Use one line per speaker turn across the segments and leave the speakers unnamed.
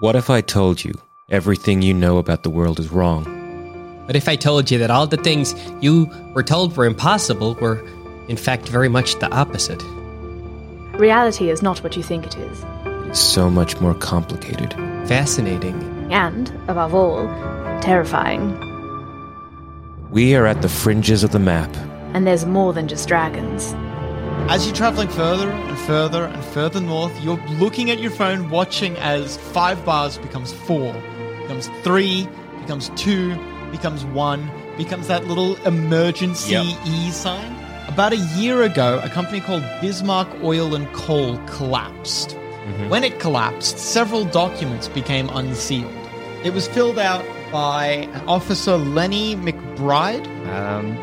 What if I told you everything you know about the world is wrong?
But if I told you that all the things you were told were impossible were, in fact, very much the opposite?
Reality is not what you think it is.
It's so much more complicated.
Fascinating.
And, above all, terrifying.
We are at the fringes of the map.
And there's more than just dragons.
As you're traveling further and further and further north, you're looking at your phone, watching as five bars becomes four, becomes three, becomes two, becomes one, becomes that little emergency
Yep.
E sign. About a year ago, a company called Bismarck Oil and Coal collapsed. When it collapsed, several documents became unsealed. It was filled out by Officer Lenny McBride.
Um,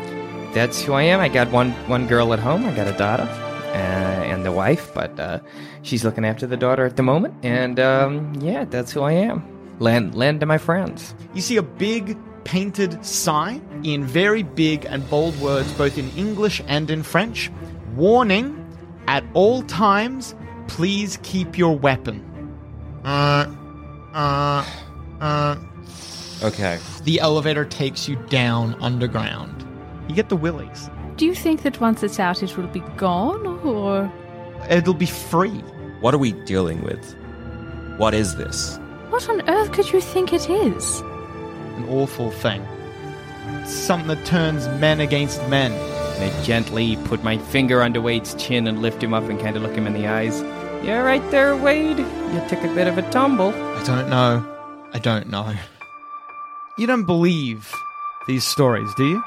that's who I am. I got one one girl at home. I got a daughter uh, and the wife, but uh, she's looking after the daughter at the moment. And um, yeah, that's who I am. Land land to my friends.
You see a big painted sign in very big and bold words, both in English and in French. Warning at all times, please keep your weapon. Uh, uh, uh.
Okay.
The elevator takes you down underground. You get the willies.
Do you think that once it's out, it will be gone, or
It'll be free.
What are we dealing with? What is this?
what on earth could you think it is?
An awful thing. Something that turns men against men.
And I gently put my finger under Wade's chin and lift him up and kind of look him in the eyes. You're right there, Wade. You took a bit of a tumble.
I don't know. I don't know. You don't believe these stories, do you?